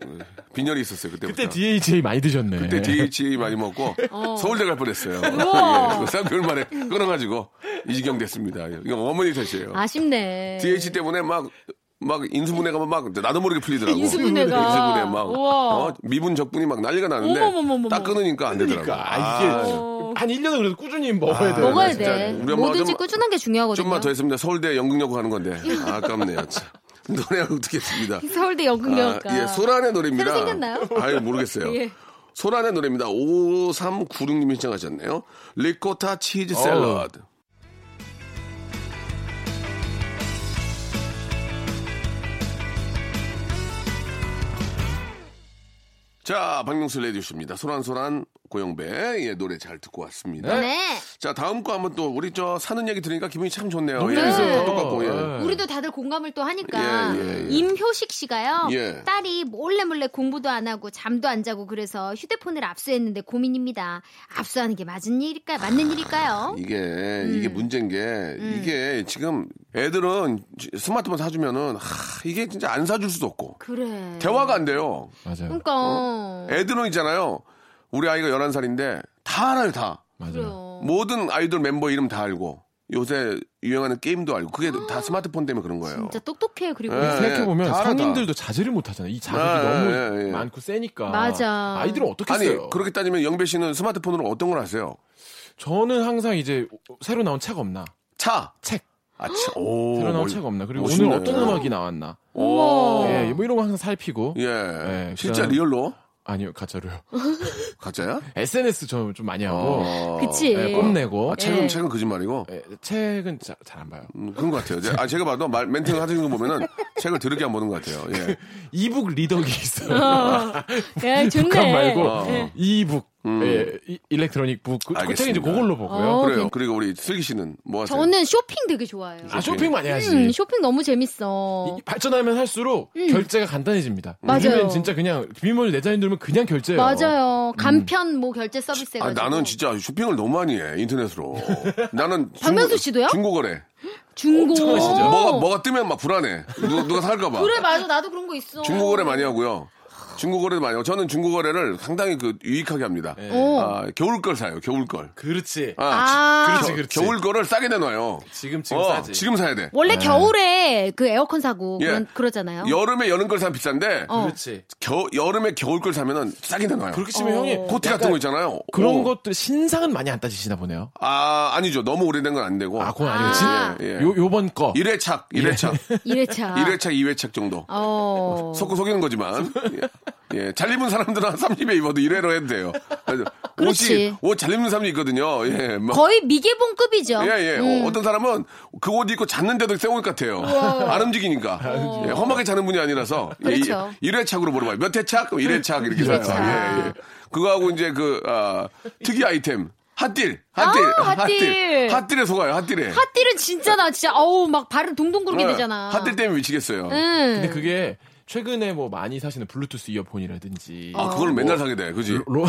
빈혈이 있었어요. 그때부터.
그때 DHA 많이 드셨네
아. 그때 DH 많이 먹고 서울대 갈 뻔했어요.
우와.
예, 3개월 만에 끊어가지고 이지경 됐습니다. 예, 이거 어머니 탓이에요.
아쉽네.
DH 때문에 막, 막 인수분해가 막 나도 모르게 풀리더라고.
인수분해가.
인수분해 막
우와.
어, 미분 적분이 막 난리가 나는데
어머머머머머.
딱 끊으니까 안 되더라고.
그러니까 아, 이게 한 1년은 그래도 꾸준히 먹어야 돼
먹어야
아, 진짜
돼.
우리 엄마가
뭐든지
좀-
꾸준한 게
아,
중요하거든요.
좀만 더 했습니다. 서울대 연극여고 가는 건데 아, 아깝네요. 참. 노래하고 듣겠습니다.
서울대 연극영화과.
아, 예, 소란의 노래입니다.
그러니까. 새로 생겼나요?
아유 모르겠어요.
예.
소란의 노래입니다. 5396님이 신청하셨네요. 리코타 치즈 샐러드. 어. 자, 박명수 레디오쇼입니다. 소란소란 고영배의 예, 노래 잘 듣고 왔습니다.
네.
자, 다음 거 한번 또 우리 저 사는 얘기 들으니까 기분이 참 좋네요.
너무
예,
재밌어요.
카톡 갖고, 예.
네.
우리도 다들 공감을 또 하니까
예, 예, 예.
임효식 씨가요
예.
딸이 몰래 몰래 공부도 안 하고 잠도 안 자고 그래서 휴대폰을 압수했는데 고민입니다 압수하는 게 맞은 일일까요 맞는 일일까요
아, 이게 이게
음.
문제인 게 이게 지금 애들은 스마트폰 사주면은 하, 이게 진짜 안 사줄 수도 없고
그래
대화가 어? 안 돼요.
맞아요
그러니까
애들은 있잖아요. 우리 아이가 11살인데 다 알아요, 다.
맞아요
그래요
모든 아이돌 멤버 이름 다 알고 요새 유행하는 게임도 알고 그게 다 스마트폰 때문에 그런 거예요.
아, 진짜 똑똑해요 그리고
예.
생각해보면
다 알아, 다.
성인들도 자제를 못하잖아요. 이 자극이
아,
너무
예, 예, 예.
많고 세니까.
맞아.
아이들은 어떻게
아니,
써요?
그렇게 따지면 영배 씨는 스마트폰으로 어떤 걸 아세요?
저는 항상 이제 새로 나온 책 없나?
차.
책.
아, 차. 오.
새로 나온
멀-
책 없나? 그리고
멋있네.
오늘 어떤 예, 음악이 나왔나?
우와
예, 뭐 이런 거 항상 살피고.
예.
예,
실제
그냥-
리얼로?
아니요, 가짜로요.
가짜야?
네, SNS 저는 좀 많이 하고.
어.
그치.
네, 뽐내고.
아, 책은
예.
책은 거짓말이고.
네, 책은 잘 안 봐요.
음, 그런 것 같아요. 제- 아, 제가 봐도 말, 멘트 하시는 거 보면은 책을 더럽게 안 보는 것 같아요. 예.
이북 리더기 있어요. 북한
예, 아, 좋네.
말고
어.
이북, 예, 이- 일렉트로닉 북. 그, 그 책은 이제
알겠습니다.
그걸로 보고요.
어,
그래요. 그리고 우리 슬기 씨는 뭐 하세요?
저는 쇼핑 되게 좋아해요.
아, 쇼핑 많이 하지.
음, 쇼핑 너무 재밌어. 음.
이- 발전하면 할수록 결제가 간단해집니다.
맞아요.
요즘엔 진짜 그냥 비밀번호 내자인 누르면 그냥 결제예요.
맞아요. 간편 뭐 결제 서비스
음. 아,
해가지고.
나는 진짜 쇼핑을 너무 많이 해 인터넷으로. 나는
박명수
중고-
씨도요?
중고거래. 어.
중고.
엄청나시죠?
뭐가 뭐가 뜨면 막 불안해. 누가, 누가 살까봐.
그래 맞아 나도 그런 거 있어.
중고거래 많이 하고요. 중고거래도 많이 하고 저는 중고거래를 상당히 그 유익하게 합니다.
네.
어.
아, 겨울 걸 사요. 겨울 걸.
그렇지.
아.
지-
그렇지, 그렇지.
겨울 거를 싸게 내놔요.
지금 지금
어,
싸지.
지금 사야 돼.
원래 겨울에 그 에어컨 사고
예.
그런, 그러잖아요.
여름에 여름 걸 사면 비싼데
어.
그렇지.
겨, 여름에 겨울 걸 사면은 싸게 내놔요.
그렇게 치면
어.
형이
코트 같은 거 있잖아요.
어, 그런
어.
것도 신상은 많이 안 따지시나 보네요.
아, 아니죠. 너무 오래된 건 안 되고.
아, 그건
아.
아니고 진
예, 예.
요 요번 거.
1회착, 1회착.
이래차.
1회착, 2회착 정도.
아,
어.
속고 속이는 거지만. 예. 예, 잘 입은 사람들은 한 30에 입어도 1회로 해도 돼요. 그래서
그렇지.
옷이, 옷 잘 입는 사람이 있거든요. 예. 막.
거의 미개봉급이죠.
예, 예.
음.
어, 어떤 사람은 그 옷 입고 잤는데도 생올 것 같아요. 안 움직이니까. 예, 험하게 자는 분이 아니라서.
어. 그렇죠. 음.
1회착으로 물어봐요. 몇 회착? 그럼 1회착 이렇게
일회착.
사요. 예, 예. 그거하고 이제 그, 아, 특이 아이템. 핫딜. 핫딜.
아, 핫딜.
핫딜에 속아요. 핫딜에.
핫딜은 진짜 나 진짜 어우 막 발을 동동 구르게
예,
되잖아. 예. 음.
핫딜 때문에 미치겠어요.
응.
근데 그게 최근에 뭐 많이 사시는 블루투스 이어폰이라든지
아, 그걸 맨날 사게 돼. 그지?
로,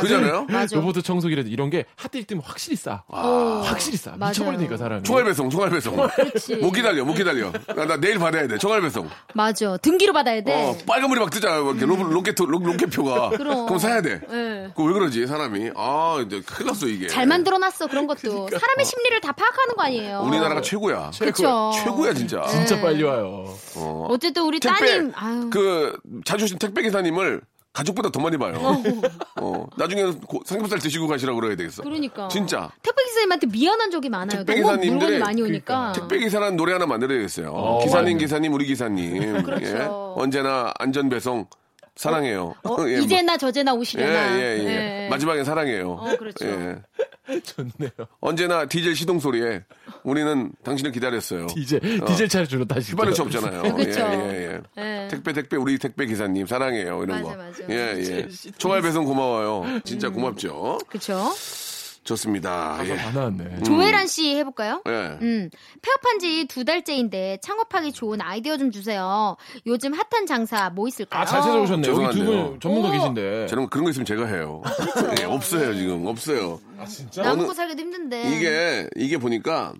그잖아요?
맞아.
로봇 청소기라든지 이런 게 핫딜 때면 확실히 싸.
어.
확실히 싸.
맞아요.
미쳐버리니까 사람이.
총알 배송, 총알 배송.
음. 그렇지.
못 기다려, 못 기다려. 나, 나 내일 받아야 돼. 총알 배송.
맞아. 등기로 받아야 돼.
어, 빨간불이 막 뜨잖아요. 막 이렇게 로, 로켓, 로, 로켓표가.
네. 그럼.
럼 사야 돼.
네.
그왜 그러지, 사람이? 아, 이제 큰일 났어, 이게.
잘 만들어놨어 그런 것도 사람의 심리를 다 파악하는 거 아니에요.
그러니까. 우리나라가 최고야.
그쵸.
최고야, 진짜.
네.
진짜 빨리 와요.
어쨌든 우리 따님 아유.
그, 자주 오신 택배 기사님을 가족보다 더 많이 봐요. 어, 나중에는 고- 삼겹살 드시고 가시라고 그래야 되겠어.
그러니까.
진짜.
택배 기사님한테 미안한 적이 많아요.
택배
너무
기사님들의 그
물건이 많이 오니까.
택배 기사라는 노래 하나 만들어야겠어요.
어,
기사님,
맞네.
기사님, 우리 기사님.
그렇죠.
예. 언제나 안전 배송 사랑해요.
어,
예,
이제나 저제나
예,
오시려나. 네.
예, 예. 마지막에 사랑해요.
어, 그렇죠.
예.
좋네요.
언제나 디젤 시동 소리에 우리는 당신을 기다렸어요.
디젤 디젤 차주로 다시.
휘발유 차 없잖아요.
그렇죠.
예, 예, 예.
예.
택배, 택배, 우리 택배 기사님 사랑해요. 이런
맞아,
거.
맞아. 음.
예, 예. 총알 배송 고마워요. 진짜 고맙죠.
그렇죠.
좋습니다. 예.
다 나왔네.
조혜란 씨 해볼까요?
예.
음, 폐업한 지 두 달째인데 창업하기 좋은 아이디어 좀 주세요. 요즘 핫한 장사 뭐 있을까요?
아, 잘 찾아오셨네요. 여기 두
죄송한데요.
분 전문가 계신데.
저는 그런 거 있으면 제가 해요. 예, 없어요, 지금. 없어요.
아, 나 먹고 살기도 힘든데.
이게 이게 보니까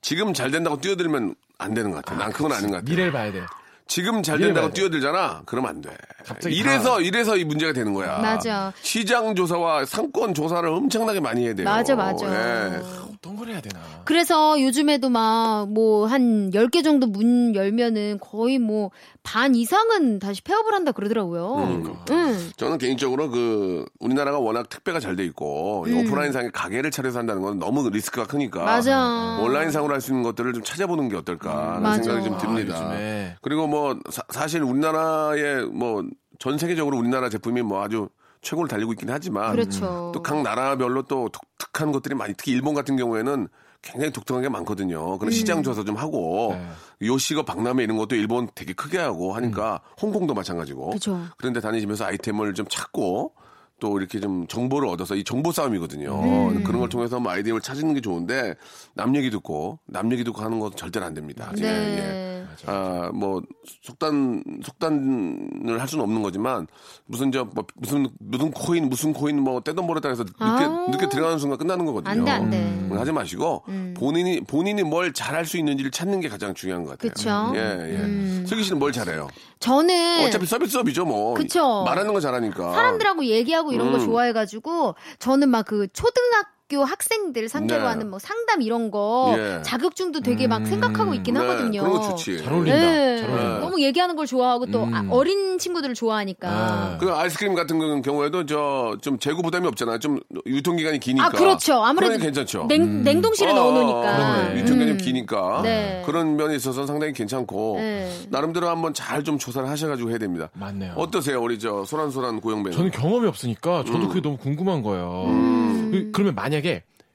지금 잘 된다고 뛰어들면 안 되는 것 같아. 난 그건 아닌 것 같아.
음, 미래를 봐야 돼.
지금 잘
미래
된다고
봐야 돼.
뛰어들잖아. 그러면 안 돼.
갑자기
이래서 이래서 이 문제가 되는 거야.
맞아.
시장 조사와 상권 조사를 엄청나게 많이 해야 돼요.
맞아, 맞아.
예.
어떤 걸 해야 되나.
그래서 요즘에도 막 뭐 한 10개 정도 문 열면은 거의 뭐 반 이상은 다시 폐업을 한다 그러더라고요.
음.
아,
음. 응.
저는 개인적으로 그 우리나라가 워낙 택배가 잘 돼 있고 이 오프라인상에 가게를 차려서 한다는 건 너무 리스크가 크니까
음. 맞아.
네. 온라인상으로 할 수 있는 것들을 좀 찾아보는 게 어떨까라는
맞아.
생각이 좀
아,
음, 듭니다.
요즘에.
그리고 뭐 사, 실 우리나라의 뭐 전 세계적으로 우리나라 제품이 뭐 아주 최고를 달리고 있긴 하지만
그렇죠.
또 각 나라별로 또 독특한 것들이 많이 특히 일본 같은 경우에는 굉장히 독특한 게 많거든요.
음.
그런 시장 조사 좀 하고
네.
요시거 박람회 이런 것도 일본 되게 크게 하고 하니까 홍콩도 마찬가지고
음. 그죠.
런데 다니시면서 아이템을 좀 찾고 또 이렇게 좀 정보를 얻어서 이 정보 싸움이거든요.
네.
그런 걸 통해서 뭐 아이디어를 찾는 게 좋은데 남 얘기 듣고 남 얘기 듣고 하는 건 절대로 안 됩니다. 예, 예.
네.
아, 뭐, 속단, 속단을 할 수는 없는 거지만, 무슨, 저, 뭐, 무슨, 무슨 코인, 무슨 코인, 뭐, 떼돈 벌었다 해서
아우.
늦게, 늦게 들어가는 순간 끝나는 거거든요.
안 돼, 안 돼.
음, 하지 마시고, 본인이, 본인이 뭘 잘할 수 있는지를 찾는 게 가장 중요한 것 같아요.
그쵸. 음.
예, 예. 슬기 씨는 뭘 잘해요?
저는
어차피 아. 서비스업이죠, 뭐.
네. 그쵸.
말하는 거 잘하니까. 네, 음.
사람들하고 얘기하고 이런 거 좋아해가지고 저는 막 그 초등학교 대학교 학생들 상대로
네.
하는 뭐 상담 이런 거
예.
자격증도 되게 막 생각하고 있긴
네,
하거든요.
그런 거 좋지.
잘 어울린다.
네.
잘 어울린다.
너무 얘기하는 걸 좋아하고 또 아,
음.
어린 친구들을 좋아하니까.
아.
아,
그 아이스크림 같은 경- 경우에도 저 좀 재고 부담이 없잖아요. 좀 유통기간이 기니까.
그렇죠. 아무래도
그러니 괜찮죠.
냉, 냉동실에
아,
넣어놓으니까.
그러네.
음.
유통기간이 기니까
네.
그런 면에 있어서 는 상당히 괜찮고
네.
나름대로 한번 잘 좀 조사를 하셔가지고 해야 됩니다.
맞네요.
어떠세요, 우리 저 소란소란 고영배?
저는 경험이 없으니까 저도
음.
그게 너무 궁금한 거예요. 그- 그러면 만약에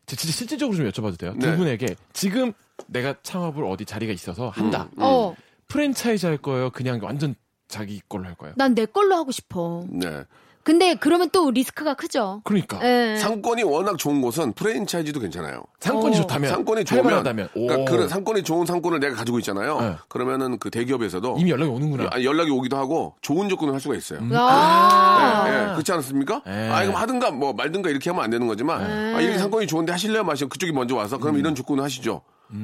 제- 진짜 실질적으로 좀 여쭤봐도 돼요?
네.
두 분에게 지금 내가 창업을 어디 자리가 있어서 한다.
음.
어,
프랜차이즈 할 거예요? 그냥 완전 자기 걸로 할 거예요?
난 내 걸로 하고 싶어.
네.
근데 그러면 또 리스크가 크죠.
그러니까
예.
상권이 워낙 좋은 곳은 프랜차이즈도 괜찮아요.
상권이
어.
좋다면
상권이 좋으면
활발하다면 오.
그러니까 그런 상권이 좋은 상권을 내가 가지고 있잖아요.
네.
그러면은 그 대기업에서도
이미 연락이
네.
오는구나.
아, 연락이 오기도 하고 좋은 조건을 할 수가 있어요.
음. 아.
예, 예, 그렇지 않습니까?
예.
네.
아, 이거 하든가 뭐 말든가 이렇게 하면 안 되는 거지만, 아, 이렇게 상권이 좋은데 하실래요? 마시고 그쪽이 먼저 와서
음.
그럼 이런 조건을 하시죠.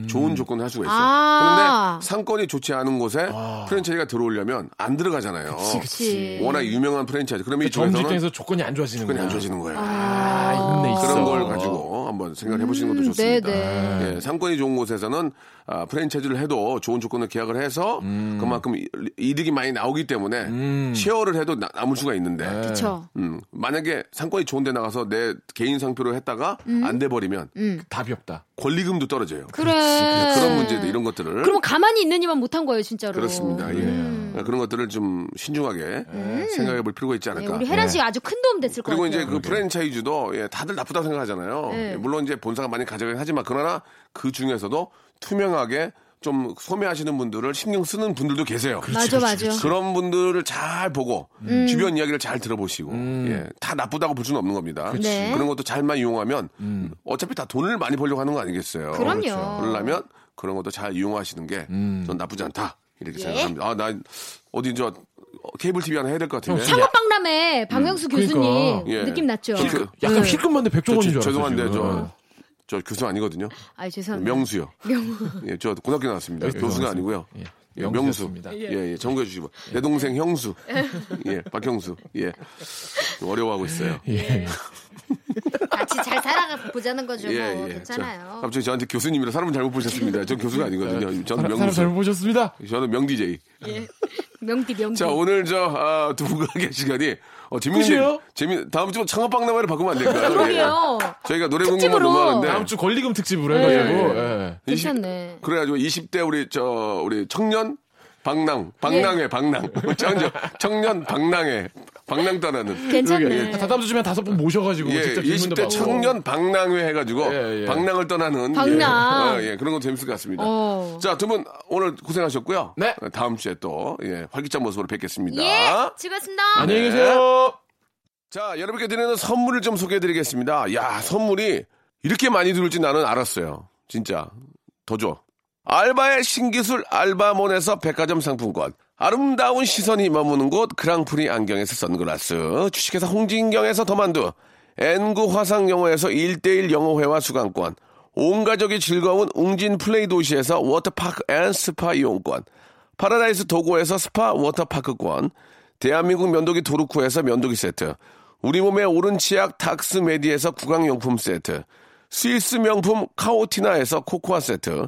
좋은 조건을 할 수가 있어요.
아.
그런데 상권이 좋지 않은 곳에 프랜차이즈가 들어오려면 안 들어가잖아요.
그치. 그러니까
워낙 유명한 프랜차이즈. 그러면
점주
이쪽에서는
입장에서 조건이 안 좋아지는
조건이
거예요.
안
네.
좋아지는 거예요.
아, 있네 있어.
그런 걸 가지고 한번 생각해 보시는 것도
음,
좋습니다.
네네.
예, 상권이 좋은 곳에서는 아, 프랜차이즈를 해도 좋은 조건을 계약을 해서
음.
그만큼 이- 이득이 많이 나오기 때문에 쉐어를 해도 나- 남을 수가 있는데
그쵸.
음, 만약에 상권이 좋은 데 나가서 내 개인 상표로 했다가
음.
안 돼버리면
답이 없다.
권리금도 떨어져요.
그래.
그런 문제도 이런 것들을.
네. 그러면 가만히 있는 이만 못한 거예요, 진짜로. 네,
그렇습니다. 예. 아, 그런 것들을 좀 신중하게 생각해 볼 필요가 있지
음. 네,
않을까.
우리 혜란 씨가 아주 큰 도움 됐을 것
그러니까. 그리고
같아요.
이제 그 프랜차이즈도 예, 다들 나쁘다고 생각하잖아요.
네.
예, 물론 이제 본사가 많이 가져가긴 하지만 그러나 그 중에서도 투명하게 좀 소매하시는 분들을 신경 쓰는 분들도 계세요.
맞아, 그렇죠. 맞아.
그런 분들을 잘 보고
음.
주변 이야기를 잘 들어보시고 예, 다 나쁘다고 볼 수는 없는 겁니다.
그치. 네.
그런 것도 잘만 이용하면 어차피 다 돈을 많이 벌려고 하는 거 아니겠어요.
그럼요. 그렇죠. 음.
그러려면 그런 것도 잘 이용하시는 게 전 나쁘지 않다 이렇게
예.
생각합니다. 아 나 어디 저 케이블 TV 하나 해야 될 것
어,
같은데.
형,
그러니까. 창업박람회 박명수 교수님
그러니까.
예.
느낌 났죠?
저 그-
약간
네.
힐끔한데 백종원인 줄
저-
알았어요.
죄송한데
지금.
저, 저 교수 아니거든요.
아 죄송합니다.
명수요. 예, 저 고등학교 나왔습니다.
예,
교수가
고등학교.
아니고요.
예,
예, 명수.
명수였습니다.
예, 예, 정거해 주시고. 내 동생 형수. 예, 박형수. 예. 어려워하고 있어요.
예.
같이 잘 살아가 보자는 거죠.
예,
뭐,
예. 저-
괜찮아요.
갑자기 저한테 교수님이라 사람을 잘못 보셨습니다. 전 교수가 아니거든요. 저는
사람, 사람
명수.
잘 보셨습니다.
저는 명 DJ.
명디 명디.
자, 오늘 저, 아, 두 분과 함께 할 시간이, 어, 재밌는,
끝이에요?
재미, 다음 주 창업박람회를 바꾸면 안 될까요?
아, 그러게요.
예. 저희가 노래 공부만
특집으로.
너무 하는데.
다음 주 권리금 특집으로 해가지고
예, 예.
예.
이십-
괜찮네.
그래가지고 20대 우리 저 우리 청년 방랑
예.
방랑회 방랑 청년 청년 방랑회 방랑 따라는
괜찮네.
아,
예.
다 다음 주면 다섯 분 모셔가지고
예,
직접 질문도
20대
받고.
청년 방랑회 해가지고
예, 예.
방랑을 떠나는
방랑.
예, 어, 예, 그런 거 재밌을 것 같습니다.
어.
자 두 분 오늘 고생하셨고요.
네.
다음 주에 또 예, 활기찬 모습으로 뵙겠습니다.
예, 즐거웠습니다.
안녕히
네.
계세요.
자 여러분께 드리는 선물을 좀 소개해드리겠습니다. 야 선물이 이렇게 많이 들을지 나는 알았어요. 진짜 더 줘. 알바의 신기술 알바몬에서 백화점 상품권. 아름다운 시선이 머무는 곳 그랑프리 안경에서 선글라스. 주식회사 홍진경에서 더만두. N구 화상영어에서 1대1 영어회화 수강권. 온 가족이 즐거운 웅진 플레이 도시에서 워터파크 앤 스파 이용권. 파라다이스 도고에서 스파 워터파크권. 대한민국 면도기 도르쿠에서 면도기 세트. 우리 몸의 오른 치약 닥스메디에서 구강용품 세트. 스위스 명품 카오티나에서 코코아 세트,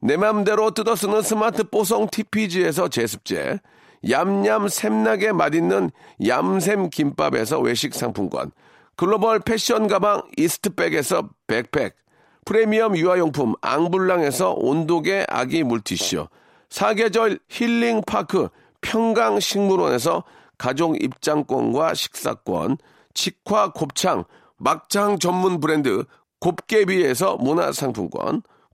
내 맘대로 뜯어 쓰는 스마트 뽀송 TPG에서 제습제, 얌얌 샘나게 맛있는 얌샘 김밥에서 외식 상품권, 글로벌 패션 가방 이스트백에서 백팩, 프리미엄 유아용품 앙블랑에서 온도계 아기 물티슈, 사계절 힐링파크 평강식물원에서 가족 입장권과 식사권, 직화 곱창 막창 전문 브랜드 곱개비에서 문화상품권,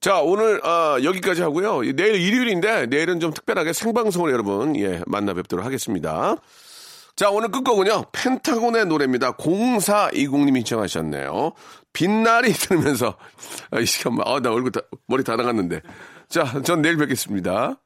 자, 오늘 아, 여기까지 하고요. 내일 일요일인데 내일은 좀 특별하게 생방송을 여러분 예, 만나 뵙도록 하겠습니다. 자, 오늘 끝곡은요. 펜타곤의 노래입니다. 0420님이 신청하셨네요. 빛날이 들으면서 아, 이 시간 아, 나 얼굴 다, 머리 다 나갔는데. 자, 전 내일 뵙겠습니다.